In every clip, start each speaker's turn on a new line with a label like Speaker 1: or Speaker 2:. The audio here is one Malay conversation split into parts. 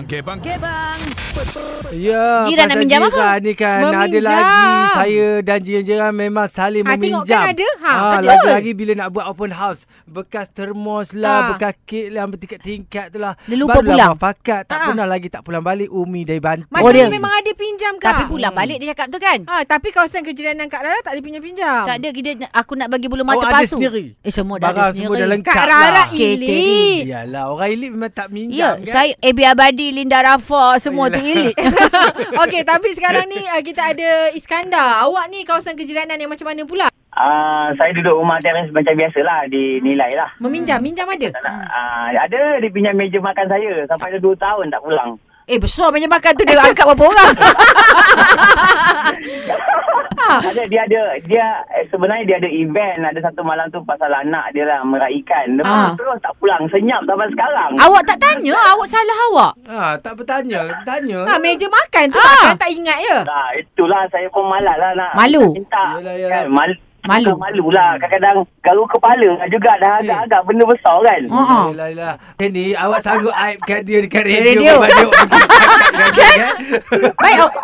Speaker 1: Gebang, gebang.
Speaker 2: Gebang.
Speaker 3: Ya,
Speaker 2: Jiran
Speaker 3: pasal
Speaker 2: nak minjam apa?
Speaker 3: jiran ni kan ada
Speaker 4: Meminjam.
Speaker 3: lagi saya dan jiran-jiran memang saling
Speaker 4: Ah,
Speaker 3: meminjam.
Speaker 4: tengok kan ada? Ha, betul.
Speaker 3: lagi-lagi bila nak buat open house, bekas termos lah,
Speaker 4: Ah.
Speaker 3: bekas kek lah, bertingkat-tingkat tu lah.
Speaker 2: Dia lupa
Speaker 3: Barulah
Speaker 2: pulang.
Speaker 3: fakat, tak
Speaker 4: Ah.
Speaker 3: pernah lagi tak pulang balik Umi dari Banting.
Speaker 4: Masa
Speaker 2: Oh,
Speaker 4: oh,
Speaker 2: dia-
Speaker 4: ni memang ada pinjam kak.
Speaker 2: Tapi pulang balik dia cakap tu kan.
Speaker 4: Ha, tapi kawasan kejiranan Kak Rara tak ada pinjam-pinjam.
Speaker 2: Tak ada kita aku nak bagi
Speaker 3: Oh,
Speaker 2: bulu mata
Speaker 3: ada
Speaker 2: palsu.
Speaker 3: sendiri.
Speaker 2: Eh semua dah
Speaker 3: Barang
Speaker 2: ada
Speaker 3: semua
Speaker 2: sendiri.
Speaker 3: dah lengkap
Speaker 4: Kak
Speaker 3: lah.
Speaker 4: Rara
Speaker 2: Catering.
Speaker 4: ilit.
Speaker 3: Yalah, orang elit memang tak
Speaker 2: Ya,
Speaker 3: minjam kan?
Speaker 2: saya Abi Abadi, Linda Rafa, semua tu elit.
Speaker 4: Okey, tapi sekarang ni uh, kita ada Iskandar. Awak ni kawasan kejiranan yang macam mana pula?
Speaker 5: Ah, saya duduk rumah teres macam biasalah dinilai lah.
Speaker 4: Meminjam, minjam ada?
Speaker 5: Tak
Speaker 2: Hmm.
Speaker 5: nak. Ah, ada dia pinjam meja makan saya sampai dah 2 tahun tak pulang.
Speaker 2: eh besar macam makan tu dia angkat berapa orang? Ah.
Speaker 5: Ada dia ada dia eh, sebenarnya dia ada event ada satu malam tu pasal anak dia lah meraihkan.
Speaker 2: Ah.
Speaker 5: Lepas tu terus tak pulang senyap sampai sekarang.
Speaker 2: awak tak tanya, awak salah awak.
Speaker 3: Ha, tak bertanya, bertanya.
Speaker 4: Ha, meja makan tu
Speaker 2: Ah.
Speaker 4: takkan tak ingat ya?
Speaker 5: Ah, itulah saya pun malas lah nak.
Speaker 2: Malu.
Speaker 5: nak Minta.
Speaker 3: Yelah, yelah.
Speaker 5: Kan, mal-
Speaker 2: Malu.
Speaker 5: tak Malu lah. Kadang-kadang garu kepala lah juga
Speaker 3: Eh.
Speaker 5: dah agak-agak benda besar kan.
Speaker 3: Ah,
Speaker 2: Oh. Ha-ha.
Speaker 3: Yelah, yelah. Ini awak sanggup aibkan dia dekat radio.
Speaker 2: Radio.
Speaker 3: Radio. Kan?
Speaker 2: Baik awak.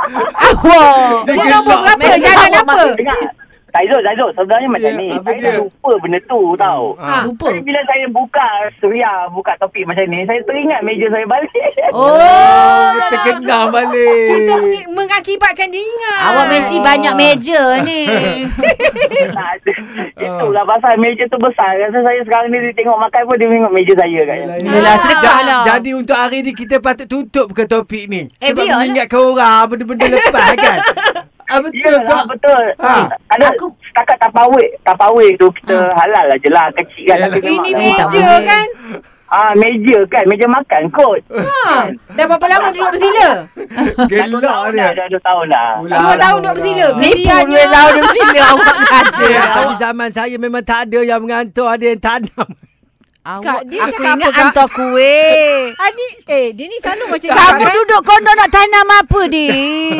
Speaker 2: Awak.
Speaker 3: Dia
Speaker 4: Awak
Speaker 3: gelak.
Speaker 4: nombor berapa?
Speaker 2: Mesej
Speaker 4: Jangan
Speaker 2: awak
Speaker 4: apa?
Speaker 5: Dengar. Taizul, Taizul sebenarnya macam
Speaker 3: Ya,
Speaker 5: ni.
Speaker 3: apa
Speaker 5: Saya
Speaker 3: dia?
Speaker 5: dah lupa benda tu tau.
Speaker 3: Ha.
Speaker 2: Ah, Lupa.
Speaker 5: Jadi bila saya buka Suria buka topik macam ni, saya teringat meja saya balik.
Speaker 2: Oh.
Speaker 3: terkenal balik.
Speaker 4: Kita mengi- mengakibatkan dia ingat.
Speaker 2: Awak mesti banyak meja ni.
Speaker 5: Tak ada. Itulah pasal meja tu besar. Rasa saya sekarang ni dia tengok makan pun dia tengok meja saya
Speaker 3: Yelah,
Speaker 5: kan.
Speaker 2: Yelah,
Speaker 4: Ah.
Speaker 2: sedekah lah.
Speaker 3: Jadi untuk hari ni kita patut tutup ke topik ni?
Speaker 2: Eh,
Speaker 3: Sebab
Speaker 2: biarlah.
Speaker 3: mengingatkan orang benda-benda lepas kan? ah, betul
Speaker 5: Yelah,
Speaker 3: kak.
Speaker 5: betul.
Speaker 3: Ha.
Speaker 5: Ha. Ada
Speaker 2: Aku-
Speaker 5: setakat tapawik. Tapawik tu kita halal lah je lah. Kecil kan.
Speaker 3: Yelah.
Speaker 5: Tapi memang
Speaker 4: Ini
Speaker 5: lah.
Speaker 2: tak
Speaker 4: meja
Speaker 2: boleh.
Speaker 4: kan?
Speaker 5: Ah, meja kan. Meja makan kot.
Speaker 4: Ha, dah berapa lama duduk bersila?
Speaker 3: Gelak
Speaker 2: lah,
Speaker 5: tahun
Speaker 3: dia.
Speaker 5: dah. Dah dua tahun lah. dah.
Speaker 3: Ulang.
Speaker 4: Dua
Speaker 3: Alah,
Speaker 4: tahun duduk
Speaker 3: orang.
Speaker 4: bersila.
Speaker 2: Ni pun dia
Speaker 4: Kesiannya.
Speaker 2: tahu dia sila awak kata.
Speaker 3: Eh, tapi zaman saya memang tak ada yang mengantuk, ada yang tanam.
Speaker 2: Awak,
Speaker 4: dia
Speaker 2: aku
Speaker 4: cakap
Speaker 2: ingat
Speaker 4: apa, Kak?
Speaker 2: hantar kuih.
Speaker 4: Adik, eh dia ni selalu macam
Speaker 2: Kamu
Speaker 4: kan?
Speaker 2: duduk kono nak tanam apa di?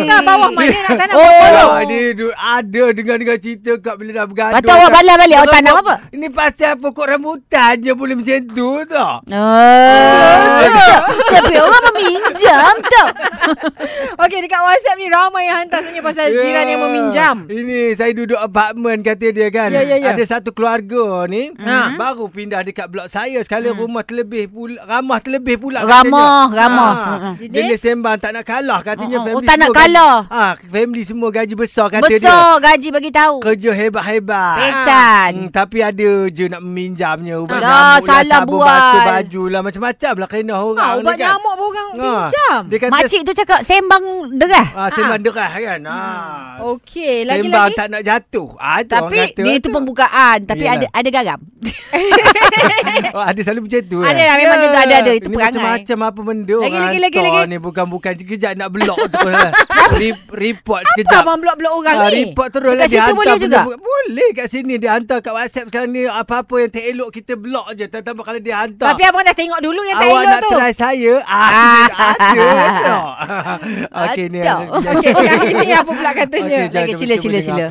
Speaker 4: Tak bawah mana nak tanam
Speaker 2: Oh.
Speaker 4: pokok.
Speaker 3: Ah, dia du- ada dengar-dengar cerita kat bila dah bergaduh.
Speaker 2: Patut awak
Speaker 3: tak-
Speaker 2: balik-balik, awak tanam
Speaker 3: Pokok-
Speaker 2: apa?
Speaker 3: Ni pasal pokok rambutan je boleh macam tu tau.
Speaker 2: Oh, tapi orang meminjam tau.
Speaker 4: Okey dekat WhatsApp ni ramai yang hantar tanya pasal
Speaker 3: Ya.
Speaker 4: jiran yang meminjam.
Speaker 3: Ini saya duduk apartment kata dia kan.
Speaker 4: Ya, ya, ya.
Speaker 3: Ada satu keluarga ni
Speaker 4: Ha.
Speaker 3: baru pindah dekat blok saya sekali rumah terlebih pula ramah terlebih pula
Speaker 2: Ramah,
Speaker 3: katanya.
Speaker 2: ramah.
Speaker 3: Ha.
Speaker 2: Ha.
Speaker 3: Jenis sembang tak nak kalah katanya
Speaker 2: Oh, oh. Oh,
Speaker 3: family
Speaker 2: tak nak
Speaker 3: semua gaji-
Speaker 2: kalah.
Speaker 3: Ah, family semua gaji besar kata dia.
Speaker 2: Besar gaji bagi tahu.
Speaker 3: Kerja hebat-hebat. Hmm,
Speaker 2: Pesan.
Speaker 3: tapi ada je nak meminjamnya ubat
Speaker 2: Alah,
Speaker 3: nyamuk lah,
Speaker 2: salah
Speaker 3: sabun
Speaker 2: bual.
Speaker 3: basuh baju lah macam-macam lah kena orang
Speaker 4: Ha,
Speaker 3: ni
Speaker 4: ubat
Speaker 3: kan.
Speaker 4: nyamuk pun orang
Speaker 3: Ha,
Speaker 4: pinjam.
Speaker 3: Dia kata
Speaker 2: Makcik tu cakap sembang derah.
Speaker 3: ah, sembang derah kan. Ah.
Speaker 4: Okey,
Speaker 3: Sembang
Speaker 4: lagi-lagi.
Speaker 3: tak nak jatuh. Ah, tu orang
Speaker 2: Tapi
Speaker 3: kata
Speaker 2: dia itu pembukaan tapi
Speaker 3: Yelah.
Speaker 2: ada ada garam.
Speaker 3: Oh, ada selalu macam tu.
Speaker 2: Ada
Speaker 3: eh?
Speaker 2: lah memang dia tu ada ada itu
Speaker 3: Ini
Speaker 2: perangai.
Speaker 3: macam-macam apa benda
Speaker 2: Lagi,
Speaker 3: orang
Speaker 2: lagi, lagi,
Speaker 3: hantar
Speaker 2: lagi.
Speaker 3: ni bukan-bukan sekejap nak blok terus lah. Re- report sekejap.
Speaker 4: Tak abang blok-blok orang
Speaker 3: Ah,
Speaker 4: ni.
Speaker 3: report terus
Speaker 2: Dekat
Speaker 3: lah dia
Speaker 2: situ
Speaker 3: hantar
Speaker 2: boleh juga?
Speaker 3: benda- Boleh kat sini dia hantar kat WhatsApp sekarang ni apa-apa yang tak elok kita blok je. Tambah kalau dia hantar.
Speaker 4: Tapi abang dah tengok dulu yang tak
Speaker 3: Awak
Speaker 4: elok
Speaker 3: nak
Speaker 4: tu.
Speaker 3: try saya? Ah, ada tak? Okey ni.
Speaker 2: Ada.
Speaker 4: Okey, yang ini apa pula katanya?
Speaker 2: Okey, Okey, sila, sila, sila.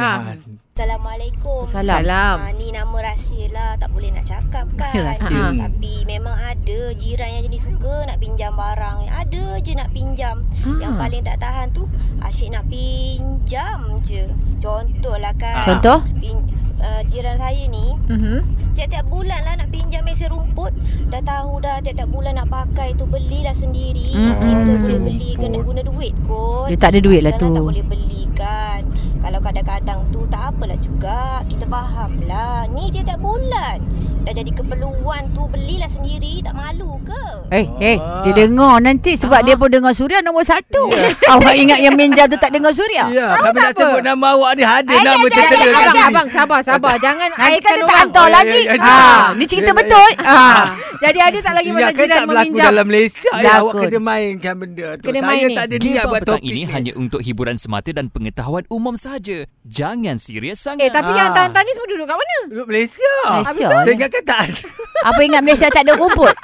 Speaker 3: Ah,
Speaker 4: Ha.
Speaker 6: Assalamualaikum.
Speaker 2: Salam.
Speaker 4: Salam.
Speaker 6: Ha, ni nama rahsia lah. Tak boleh nak cakap kan.
Speaker 2: Rahsia.
Speaker 6: Ha, tapi memang ada jiran yang jenis suka nak pinjam barang. Ada je nak pinjam.
Speaker 2: Ah.
Speaker 6: Ha. Yang paling tak tahan tu asyik nak pinjam je. Contohlah kan.
Speaker 2: Contoh?
Speaker 6: Pin, uh, jiran saya ni
Speaker 4: Mhm.
Speaker 6: tiap-tiap bulan lah nak pinjam mesin rumput. Dah tahu dah tiap-tiap bulan nak pakai tu belilah sendiri.
Speaker 2: Mm-mm.
Speaker 6: Kita
Speaker 2: Mesin
Speaker 6: boleh beli kena guna duit kot.
Speaker 2: Dia tak ada duit lah
Speaker 6: Kadang-kadang tak
Speaker 2: tu.
Speaker 6: boleh beli kan Kalau kadang-kadang tu tak apalah juga Kita faham lah Ni dia tak bulan Dah jadi keperluan tu Belilah sendiri Tak malu ke?
Speaker 2: Eh, eh,
Speaker 3: Ah.
Speaker 2: dia dengar nanti sebab dia pun dengar Suria nombor satu. Awak ingat yang minjam tu tak dengar Suria?
Speaker 3: Ya, kami nak
Speaker 4: apa?
Speaker 3: sebut nama awak ni hadir
Speaker 2: Eh,
Speaker 3: nama
Speaker 4: Jangan,
Speaker 3: tertera kat
Speaker 4: abang,
Speaker 3: sini.
Speaker 4: abang, sabar, sabar. Jangan
Speaker 2: Nanti kan
Speaker 4: airkan
Speaker 2: dia tak
Speaker 4: orang.
Speaker 2: hantar
Speaker 3: Oh, ya,
Speaker 2: lagi.
Speaker 3: ya, ya, ya.
Speaker 2: Ah, ni cerita
Speaker 3: Ya, ya.
Speaker 2: betul. Ah.
Speaker 4: Ah. Jadi ada tak lagi
Speaker 3: Ya,
Speaker 4: masa
Speaker 3: kan
Speaker 4: jiran
Speaker 3: tak berlaku
Speaker 4: meminjam?
Speaker 3: dalam Malaysia. Ya, awak
Speaker 2: Berlakon.
Speaker 3: kena mainkan benda tu.
Speaker 4: Kena
Speaker 3: Saya
Speaker 4: main ni.
Speaker 3: tak ada niat
Speaker 7: Gebang
Speaker 3: buat
Speaker 7: petang
Speaker 3: topik
Speaker 7: ini hanya untuk hiburan semata dan pengetahuan umum saja. Jangan serius sangat.
Speaker 4: Eh, tapi
Speaker 3: Ah.
Speaker 4: yang hantar-hantar ni semua duduk kat mana? Ah,
Speaker 3: Duduk Malaysia.
Speaker 2: Malaysia
Speaker 3: Saya
Speaker 2: ni.
Speaker 3: ingatkan tak ada.
Speaker 2: Apa ingat Malaysia tak ada rumput?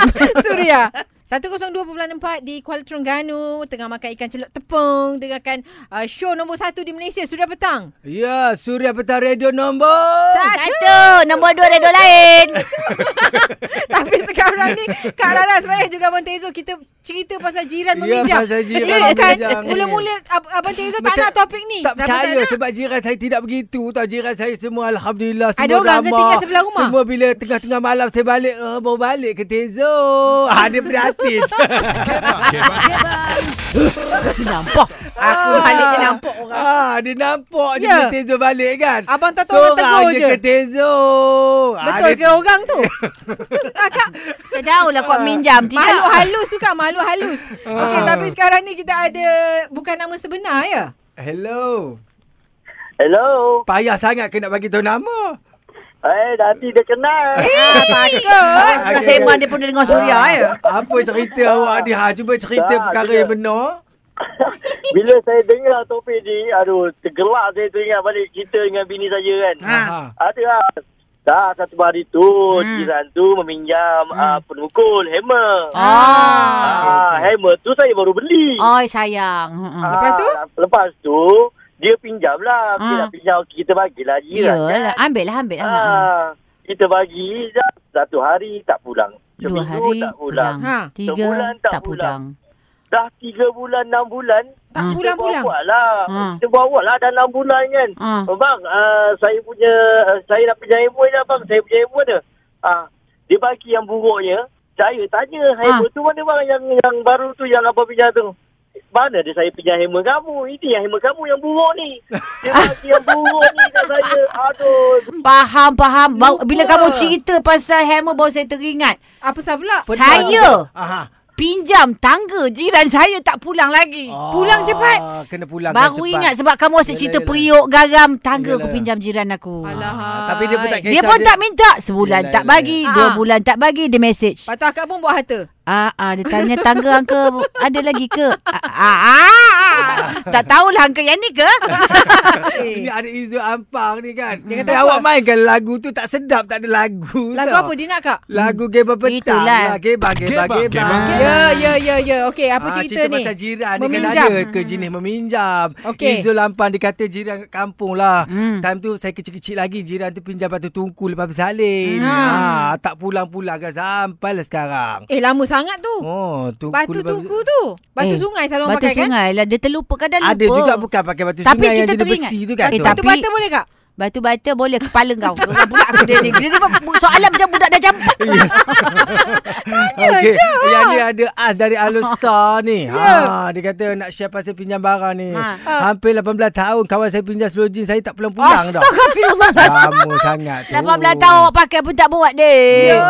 Speaker 4: Suria. 102.4 di Kuala Terengganu tengah makan ikan celup tepung dengarkan uh, show nombor 1 di Malaysia sudah petang.
Speaker 3: Ya, Suria Petang Radio nombor.
Speaker 2: Satu. Nombor dua radio lain.
Speaker 4: Tapi sekarang ni Kak Rara sebenarnya juga Abang Tezo kita cerita pasal jiran
Speaker 3: Ya,
Speaker 4: meminjam.
Speaker 3: pasal jiran
Speaker 4: kan
Speaker 3: meminjam ni.
Speaker 4: mula-mula Ab- Abang Tezo tak nak topik ni.
Speaker 3: Tak
Speaker 4: Kenapa
Speaker 3: percaya
Speaker 4: nak?
Speaker 3: sebab jiran saya tidak begitu. Tahu jiran saya semua alhamdulillah semua
Speaker 4: Ada orang ke
Speaker 3: ramah.
Speaker 4: tinggal sebelah rumah?
Speaker 3: Semua bila tengah-tengah malam saya balik oh, baru balik ke Tezo. Ha dia berhati.
Speaker 2: Nampak.
Speaker 4: Aku
Speaker 2: Ah.
Speaker 4: balik je nampak orang.
Speaker 3: ha dia nampak je
Speaker 4: Ya.
Speaker 3: bila Tezo balik kan.
Speaker 4: Abang tak tahu orang
Speaker 3: Seorang
Speaker 4: tegur je.
Speaker 3: ke Tezo. Ha,
Speaker 4: Betul
Speaker 3: dia-
Speaker 4: ke orang tu? Kakak
Speaker 2: Tak tahulah kot minjam. Tidak.
Speaker 4: makhluk halus tu kan makhluk halus.
Speaker 3: Ah.
Speaker 4: Okey tapi sekarang ni kita ada bukan nama sebenar ya.
Speaker 3: Hello.
Speaker 5: Hello.
Speaker 3: Payah sangat ke nak bagi tahu nama.
Speaker 5: Eh, nanti dia kenal.
Speaker 4: Ah,
Speaker 2: Kau
Speaker 4: patut.
Speaker 2: sembang dia pun
Speaker 4: Oh,
Speaker 2: dia dengar Suria
Speaker 3: Ah.
Speaker 2: eh.
Speaker 4: ya.
Speaker 3: Apa cerita awak ni? Ha, cuba cerita
Speaker 5: Tak,
Speaker 3: perkara
Speaker 5: tidak.
Speaker 3: yang benar.
Speaker 5: Bila saya dengar topik ni, aduh, tergelak saya teringat balik kita dengan bini saya kan.
Speaker 3: Ha.
Speaker 5: Ada lah. Dah satu hari tu, hmm. jiran tu meminjam hmm. uh, penukul, hammer. Ah,
Speaker 2: Ah.
Speaker 5: hammer tu saya baru beli.
Speaker 2: Oi sayang. Mm-mm.
Speaker 5: Ah,
Speaker 4: Lepas tu?
Speaker 5: Lepas tu, dia pinjam lah. Dia
Speaker 2: Ah.
Speaker 5: nak pinjam, kita bagilah jiran kan.
Speaker 2: Yalah, ambil lah, ambil lah.
Speaker 5: Ah, kita bagi dah satu hari tak pulang.
Speaker 2: Dua
Speaker 5: Seminggu
Speaker 2: hari
Speaker 5: tak
Speaker 2: pulang.
Speaker 5: pulang.
Speaker 4: Ha.
Speaker 2: Tiga
Speaker 5: Sebulan tak
Speaker 2: tak pulang.
Speaker 5: Dah tiga bulan, enam bulan.
Speaker 4: Tak
Speaker 2: Ah.
Speaker 4: pulang-pulang.
Speaker 5: Kita buat lah.
Speaker 2: Ah.
Speaker 5: Kita buat lah dah enam bulan kan.
Speaker 2: Ah.
Speaker 5: Bang, ah, saya punya, ah, saya nak pinjam handphone dah bang. Saya punya handphone dah. Ah, dia bagi yang buruknya. Saya tanya, handphone tu mana bang yang yang baru tu yang apa pinjam tu? Mana dia saya pinjam handphone kamu? Ini yang handphone kamu yang buruk ni. Dia bagi yang buruk ni kat saya. Aduh,
Speaker 2: Faham, faham. Bau,
Speaker 4: Lupa.
Speaker 2: bila kamu cerita pasal hammer, baru saya teringat.
Speaker 4: Apa sah pula? Oh.
Speaker 2: Saya
Speaker 3: Aha.
Speaker 2: pinjam tangga jiran saya tak pulang lagi.
Speaker 3: Ah,
Speaker 4: Eh, Pulang cepat.
Speaker 3: Kena pulang
Speaker 2: Baru
Speaker 3: cepat.
Speaker 2: ingat sebab kamu asyik
Speaker 3: Yelah,
Speaker 2: cerita
Speaker 3: yelah.
Speaker 2: periuk garam tangga
Speaker 3: Yelah.
Speaker 2: aku pinjam jiran aku.
Speaker 4: Alahai.
Speaker 3: Ah, tapi dia pun tak
Speaker 2: Dia
Speaker 3: Kisah
Speaker 2: pun
Speaker 3: dia-
Speaker 2: tak minta Sebulan
Speaker 3: Yelah,
Speaker 2: tak
Speaker 3: yelah,
Speaker 2: bagi
Speaker 4: yelah.
Speaker 2: Dua
Speaker 4: Ah.
Speaker 2: bulan tak bagi Dia message
Speaker 4: Lepas tu akak pun buat harta.
Speaker 2: Ah, ah, dia tanya tangga angka ada lagi ke? Ah, ah, ah, ah. tak tahulah angka yang ni ke?
Speaker 4: Eh,
Speaker 3: Ini ada Izu Ampang ni kan. Dia
Speaker 4: kata
Speaker 3: kata
Speaker 4: apa?
Speaker 3: awak mainkan lagu tu tak sedap, tak ada lagu
Speaker 4: Lagu
Speaker 3: tau.
Speaker 4: apa dia nak kak?
Speaker 3: Lagu Gebah Petang
Speaker 2: Itulah.
Speaker 3: lah. Gebah,
Speaker 1: Gebah,
Speaker 3: Gebah, Gebah.
Speaker 1: Gebah.
Speaker 4: Ya, ya, ya, ya. Okey, apa
Speaker 3: Ah,
Speaker 4: cerita, ni?
Speaker 3: pasal jiran ni kan
Speaker 4: Meminjam. Hmm.
Speaker 3: ada ke jenis meminjam.
Speaker 4: Okey.
Speaker 3: Izul Lampang dia kata jiran kat kampung lah.
Speaker 2: Hmm.
Speaker 3: Time tu saya kecil-kecil lagi jiran tu pinjam batu tungku lepas bersalin.
Speaker 4: Hmm.
Speaker 3: Ha, tak pulang-pulang kan sampailah sekarang.
Speaker 4: Eh, lama sangat tu.
Speaker 3: Oh, tungku
Speaker 4: Batu
Speaker 3: lepas-
Speaker 4: tungku tu. Batu
Speaker 2: Eh,
Speaker 4: sungai selalu orang
Speaker 2: Batu
Speaker 4: pakai kan?
Speaker 2: sungai lah Dia terlupa kadang lupa
Speaker 3: Ada juga bukan pakai batu
Speaker 2: Tapi
Speaker 3: sungai yang
Speaker 2: kita
Speaker 3: jadi
Speaker 2: teringat.
Speaker 3: besi tu kan.
Speaker 2: Eh,
Speaker 3: tu.
Speaker 2: tapi-
Speaker 4: Batu bata boleh kak?
Speaker 2: Batu bata boleh kepala kau. Orang pula aku dia ni. Dia dapat soalan macam budak dah jampak.
Speaker 3: Okey, Oh, yang ni ada As dari Alustar ni.
Speaker 4: Ya.
Speaker 3: Ha, dia kata nak share pasal pinjam barang ni.
Speaker 2: Ha.
Speaker 3: Hampir 18 tahun kawan saya pinjam seluruh jeans saya tak pulang-pulang dah. Oh.
Speaker 2: Astagfirullah.
Speaker 3: Lama sangat tu.
Speaker 2: 18 tahun awak pakai pun tak buat deh.
Speaker 4: Ya.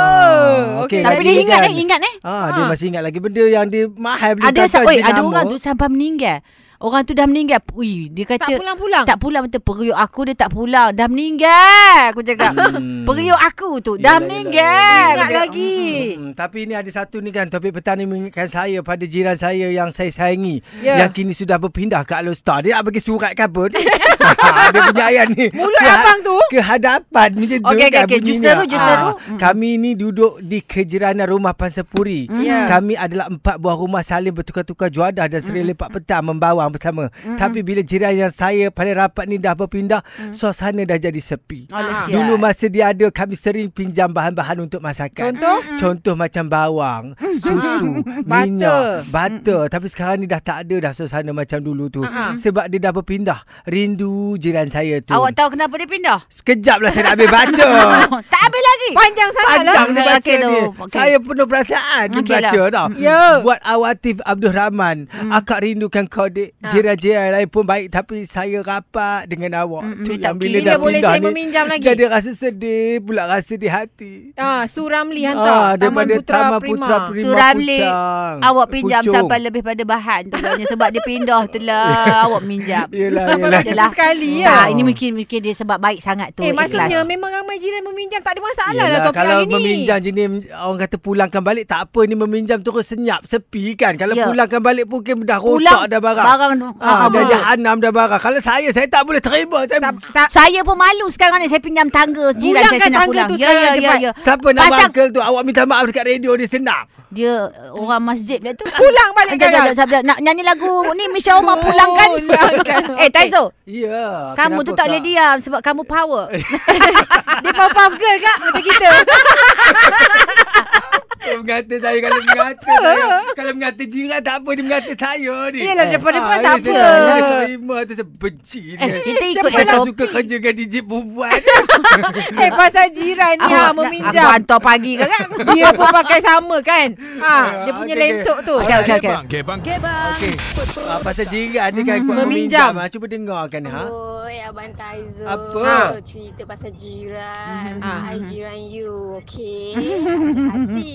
Speaker 3: okey.
Speaker 4: Okey.
Speaker 2: Tapi
Speaker 3: jadi
Speaker 2: dia ingat
Speaker 3: kan.
Speaker 2: eh, ingat eh.
Speaker 3: Ha, dia
Speaker 2: Ha.
Speaker 3: masih ingat lagi benda yang dia mahal beli
Speaker 2: Ada
Speaker 3: kakak
Speaker 2: sa- oi,
Speaker 3: jenama.
Speaker 2: ada orang tu sampai meninggal. Orang tu dah meninggal. Ui, dia kata
Speaker 4: Tak pulang-pulang.
Speaker 2: tak pulang betul periuk aku dia tak pulang. Dah meninggal. Aku cakap.
Speaker 3: Hmm.
Speaker 2: Periuk aku tu dah
Speaker 3: Yelah, yelah,
Speaker 2: meninggal.
Speaker 4: Ingat
Speaker 2: Aku cakap,
Speaker 4: lagi.
Speaker 3: Hmm, tapi ini ada satu ni kan topik petang ni mengingatkan saya pada jiran saya yang saya sayangi
Speaker 4: Ya.
Speaker 3: yang kini sudah berpindah ke Alostar. Dia nak bagi surat ke apa ni? dia punya ayat ni.
Speaker 4: Mulut
Speaker 3: Ke-
Speaker 4: abang tu.
Speaker 3: Ke hadapan macam tu
Speaker 2: Okey, okey,
Speaker 3: kan
Speaker 2: okey. Jus
Speaker 3: bunyinya.
Speaker 2: teru, jus teru.
Speaker 3: Ah, Kami ni duduk di kejiranan rumah Pansapuri.
Speaker 4: Ya.
Speaker 3: Kami adalah empat buah rumah saling bertukar-tukar juadah dan sering lepak petang membawang bersama. Tapi bila jiran yang saya paling rapat ni dah berpindah, suasana dah jadi sepi.
Speaker 2: Alah,
Speaker 3: Dulu
Speaker 2: sial.
Speaker 3: masa dia ada kami sering pinjam bahan-bahan untuk masakan.
Speaker 4: Contoh?
Speaker 3: Contoh macam bawang,
Speaker 2: Hmm,
Speaker 3: susu,
Speaker 4: Butter.
Speaker 3: minyak, butter. Tapi sekarang ni dah tak ada dah suasana macam dulu tu. Sebab dia dah berpindah. Rindu jiran saya tu.
Speaker 2: Awak tahu kenapa dia pindah?
Speaker 3: Sekejap lah saya nak habis baca.
Speaker 2: tak habis lagi.
Speaker 4: Panjang sangat lah.
Speaker 3: Panjang dia baca
Speaker 2: Okey,
Speaker 3: ni.
Speaker 2: no. Okey.
Speaker 3: Saya penuh perasaan dia
Speaker 2: Okey lah. Mm.
Speaker 3: baca tau.
Speaker 4: Ya.
Speaker 3: Buat awatif Abdul Rahman. Akak rindukan kau dek.
Speaker 2: Ha.
Speaker 3: Jiran-jiran lain pun baik tapi saya rapat dengan awak.
Speaker 2: Mm-mm,
Speaker 3: Tu
Speaker 2: dia tak
Speaker 3: yang bila
Speaker 2: kira.
Speaker 3: dah
Speaker 4: Bila boleh
Speaker 3: pindah
Speaker 4: saya
Speaker 3: ni,
Speaker 4: meminjam lagi?
Speaker 3: Jadi rasa sedih pula rasa di hati.
Speaker 4: Ah, Suramli hantar. Taman
Speaker 3: daripada
Speaker 4: Putra
Speaker 3: Taman
Speaker 4: Prima.
Speaker 3: Putra Prima
Speaker 2: Suramli
Speaker 3: Pucang.
Speaker 2: Awak pinjam
Speaker 3: Pucung.
Speaker 2: sampai lebih pada bahan tu agaknya Sebab dia pindah tu lah Awak minjam
Speaker 3: Yelah,
Speaker 4: Sampai
Speaker 3: yelah. lah.
Speaker 4: macam
Speaker 2: lah?
Speaker 4: tu sekali ya.
Speaker 2: Tak, ini mungkin, mungkin dia sebab baik sangat tu
Speaker 4: Eh, maksudnya
Speaker 2: ikhlas.
Speaker 4: memang ramai jiran meminjam. Tak ada masalah
Speaker 3: Yalah,
Speaker 4: lah topik
Speaker 3: kalau
Speaker 4: hari ni.
Speaker 3: meminjam jenis orang kata pulangkan balik tak apa ni meminjam terus senyap sepi kan kalau
Speaker 2: Ya.
Speaker 3: pulangkan balik pun mungkin dah rosak
Speaker 2: Pulang,
Speaker 3: dah barang
Speaker 2: barang orang
Speaker 3: Ah,
Speaker 2: ah,
Speaker 3: dah
Speaker 2: apa.
Speaker 3: jahanam dah barang. Kalau saya, saya tak boleh terima. Saya,
Speaker 4: Sa- sa-
Speaker 2: Saya pun malu sekarang ni saya pinjam tangga jiran
Speaker 4: Pulangkan
Speaker 2: saya saya nak
Speaker 4: tangga
Speaker 2: pulang. Ya,
Speaker 4: tu sekarang cepat.
Speaker 3: siapa nama
Speaker 2: Pasang-
Speaker 3: uncle tu? Awak minta maaf dekat radio dia senam.
Speaker 2: Dia eh, orang masjid dia tu.
Speaker 4: Pulang balik
Speaker 2: Sekejap,
Speaker 4: sekarang.
Speaker 2: sekejap, sekejap. Nak nyanyi lagu ni Misha Omar pulangkan.
Speaker 4: Pulangkan.
Speaker 2: eh Taizo,
Speaker 3: Ya. kenapa
Speaker 2: kamu tu tak boleh
Speaker 3: kak?
Speaker 2: diam sebab kamu power.
Speaker 4: Dia puff-puff girl kak Macam kita
Speaker 3: Dia mengata saya kalau mengata saya. Kalau mengata jiran tak apa dia mengata saya ni.
Speaker 4: Yelah, depan-depan tak
Speaker 3: dia
Speaker 4: apa.
Speaker 3: senang. Dia terima tu saya benci dia.
Speaker 2: Eh, kita ikut
Speaker 3: Saya tak
Speaker 2: SOP.
Speaker 3: suka kerja dengan DJ perempuan.
Speaker 4: Eh pasal jiran ni ha,
Speaker 2: Awak nak- Aku
Speaker 4: Meminjam
Speaker 2: hantar pagi ke kan?
Speaker 4: Dia pun pakai sama kan ha, Dia punya
Speaker 3: Okey, okey.
Speaker 4: lentok tu
Speaker 2: Okey, okey, okey.
Speaker 7: Bangke, bangke.
Speaker 3: Okey. Ah, pasal jiran dia kan kuat
Speaker 4: Meminjam.
Speaker 3: meminjam. Ah, Cuba dengarkan ha.
Speaker 1: Oi, Abang Taizo.
Speaker 3: Apa?
Speaker 1: Cerita pasal jiran.
Speaker 4: Mhm.
Speaker 1: I jiran you, okay? Hati.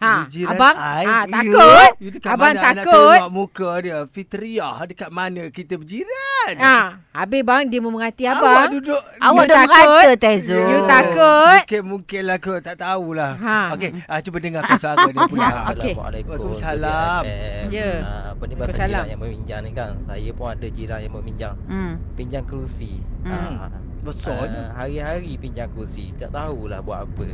Speaker 4: Ha,
Speaker 3: Jiran
Speaker 4: abang
Speaker 3: I, kan
Speaker 4: ha,
Speaker 3: you.
Speaker 4: takut
Speaker 3: You dekat
Speaker 4: Abang
Speaker 3: mana? I nak
Speaker 4: takut
Speaker 3: tengok muka dia. Fitriah dekat mana kita berjiran?
Speaker 4: ha, Habis bang dia memengerti
Speaker 3: Awak
Speaker 4: Ya, abang
Speaker 3: duduk
Speaker 2: Awak
Speaker 4: You
Speaker 2: dah
Speaker 4: takut?
Speaker 2: merata Taizo.
Speaker 4: You takut?
Speaker 3: Mungkin-mungkin lah kot. Tak tahulah.
Speaker 4: Ha.
Speaker 3: Okey, ah, cuba dengarkan suara dia pula.
Speaker 4: Ah, okey.
Speaker 8: Assalamualaikum.
Speaker 3: Eh, Waalaikumsalam.
Speaker 8: JDFM.
Speaker 4: Ya.
Speaker 8: Ah, apa ni pasal
Speaker 4: Waalaikumsalam.
Speaker 8: jiran yang meminjam ni kan. Saya pun ada jiran yang meminjam.
Speaker 2: Hmm.
Speaker 8: Pinjam kerusi.
Speaker 2: Hmm.
Speaker 8: Ah,
Speaker 3: Besarnya.
Speaker 8: ah, hari-hari pinjam kerusi. Tak tahulah buat apa.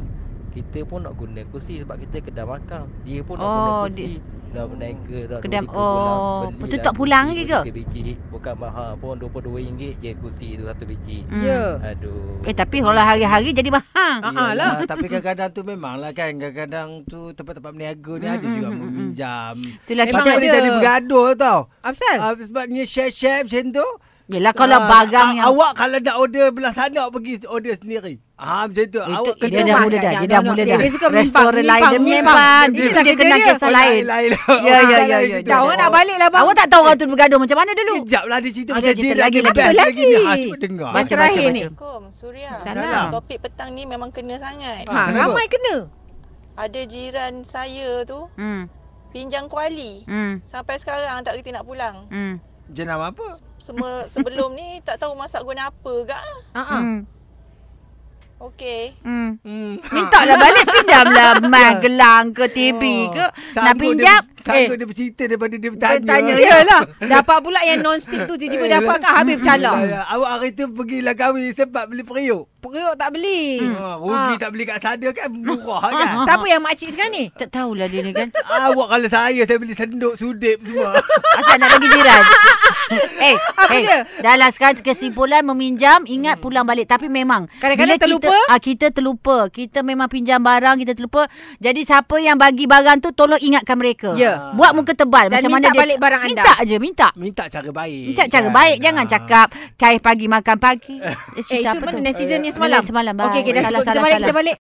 Speaker 8: Kita pun nak guna kerusi sebab kita kedai makan. Dia pun nak guna
Speaker 2: Oh,
Speaker 8: kerusi. Dah berniaga dah
Speaker 2: Kedai-
Speaker 8: 23 bulan.
Speaker 2: oh,
Speaker 8: Beli
Speaker 2: betul
Speaker 8: dah
Speaker 2: tak pulang
Speaker 8: kerusi
Speaker 2: lagi ke?
Speaker 8: 23 biji. Bukan mahal pun RM22 je kerusi tu satu biji.
Speaker 2: Hmm.
Speaker 4: Ya
Speaker 8: Aduh.
Speaker 2: Eh tapi kalau hari-hari jadi mahal.
Speaker 4: Ah, ah lah.
Speaker 3: Yelah, Tapi kadang-kadang tu memanglah kan Kadang-kadang tu tempat-tempat berniaga ni Ada juga meminjam
Speaker 2: Itulah
Speaker 4: Memang
Speaker 2: kita.
Speaker 3: Memang boleh
Speaker 4: ada.
Speaker 3: jadi bergaduh tau
Speaker 4: Absal
Speaker 3: Ah, Sebabnya share-share macam tu
Speaker 2: Yelah kalau
Speaker 3: Ah,
Speaker 2: barang
Speaker 3: ah,
Speaker 2: yang
Speaker 3: Awak kalau nak order belah sana Awak pergi order sendiri Ah macam tu Awak
Speaker 2: Itu, dia dah
Speaker 4: makan
Speaker 2: mula dah.
Speaker 4: yang
Speaker 2: Dia dah
Speaker 4: no, no.
Speaker 2: mula
Speaker 4: Dia-
Speaker 2: dah.
Speaker 4: dia suka
Speaker 2: Restoran
Speaker 4: menyimpang,
Speaker 2: lain dia
Speaker 4: menyimpang.
Speaker 2: menyimpan.
Speaker 4: Itu
Speaker 2: Dia,
Speaker 4: tak
Speaker 2: dia
Speaker 4: kerja
Speaker 2: kenal
Speaker 4: dia.
Speaker 2: kisah lain.
Speaker 3: lain lah.
Speaker 2: Ya, ya,
Speaker 3: Jalan
Speaker 2: ya,
Speaker 3: situ.
Speaker 2: ya.
Speaker 4: Dah orang nak balik lah bang
Speaker 2: Awak tak tahu orang tu bergaduh macam mana dulu.
Speaker 3: Kejap lah dia cerita
Speaker 2: Ada
Speaker 3: pasal
Speaker 2: cerita
Speaker 3: jiran
Speaker 2: lagi,
Speaker 3: lagi,
Speaker 2: lagi.
Speaker 3: best
Speaker 4: Apa
Speaker 3: lagi ni.
Speaker 4: lagi?
Speaker 3: Ha, cuba dengar.
Speaker 4: Yang terakhir ni
Speaker 9: Assalamualaikum Suria.
Speaker 4: Salam.
Speaker 9: Topik petang ni memang kena sangat.
Speaker 4: Ha,
Speaker 3: Kenapa?
Speaker 4: ramai kena
Speaker 9: Ada jiran saya tu
Speaker 2: Hmm.
Speaker 9: pinjam kuali.
Speaker 2: Hmm.
Speaker 9: Sampai sekarang tak reti nak pulang.
Speaker 2: Hmm.
Speaker 3: Jenam apa?
Speaker 9: Semua sebelum ni tak tahu masak guna apa gak.
Speaker 4: Ha, ha.
Speaker 2: Hmm.
Speaker 9: Okey.
Speaker 2: Hmm.
Speaker 3: Hmm.
Speaker 2: Minta
Speaker 4: Ah.
Speaker 2: lah balik pinjam lah
Speaker 4: Ya.
Speaker 2: Mak gelang ke
Speaker 4: Oh.
Speaker 2: TV ke Nak
Speaker 3: Sanggup
Speaker 2: pinjam eh.
Speaker 3: Dia, sanggup dia bercerita daripada dia Hmm. bertanya.
Speaker 4: Tanya Yalah Dapat pula yang non-stick
Speaker 3: Eh,
Speaker 4: tu Tiba-tiba dapat kan habis bercalak
Speaker 3: Yalah, Awak hari tu pergilah kahwin sebab beli periuk.
Speaker 4: Periuk tak beli
Speaker 3: Ha, rugi
Speaker 4: Ha.
Speaker 3: tak beli kat sana kan murah kan.
Speaker 4: Siapa yang makcik sekarang ni?
Speaker 2: Tak tahulah dia ni kan
Speaker 3: Awak kalau saya saya beli senduk sudip semua.
Speaker 2: Asal nak bagi jiran Eh,
Speaker 4: Apa
Speaker 2: eh
Speaker 4: dia?
Speaker 2: Dah lah sekarang kesimpulan meminjam Ingat pulang balik Tapi memang
Speaker 4: Kadang-kadang
Speaker 2: bila
Speaker 4: terlupa?
Speaker 2: kita, ah, kita terlupa Kita memang pinjam barang Kita terlupa Jadi siapa yang bagi barang tu Tolong ingatkan mereka
Speaker 4: Ya.
Speaker 2: Buat muka tebal
Speaker 4: Dan
Speaker 2: Macam
Speaker 4: minta
Speaker 2: mana dia
Speaker 4: balik barang anda.
Speaker 2: Minta je minta
Speaker 3: Minta cara baik.
Speaker 2: Minta cara baik Jangan
Speaker 3: Ah.
Speaker 2: cakap Kaih pagi makan pagi Eh,
Speaker 4: Eh
Speaker 2: cerita apa
Speaker 4: itu mana
Speaker 2: tu? Eh,
Speaker 4: netizen ni semalam
Speaker 2: Semalam, bye.
Speaker 4: Okey okay, dah
Speaker 2: Salah,
Speaker 4: cukup Kita
Speaker 2: salah,
Speaker 4: balik
Speaker 2: salah.
Speaker 4: Kita balik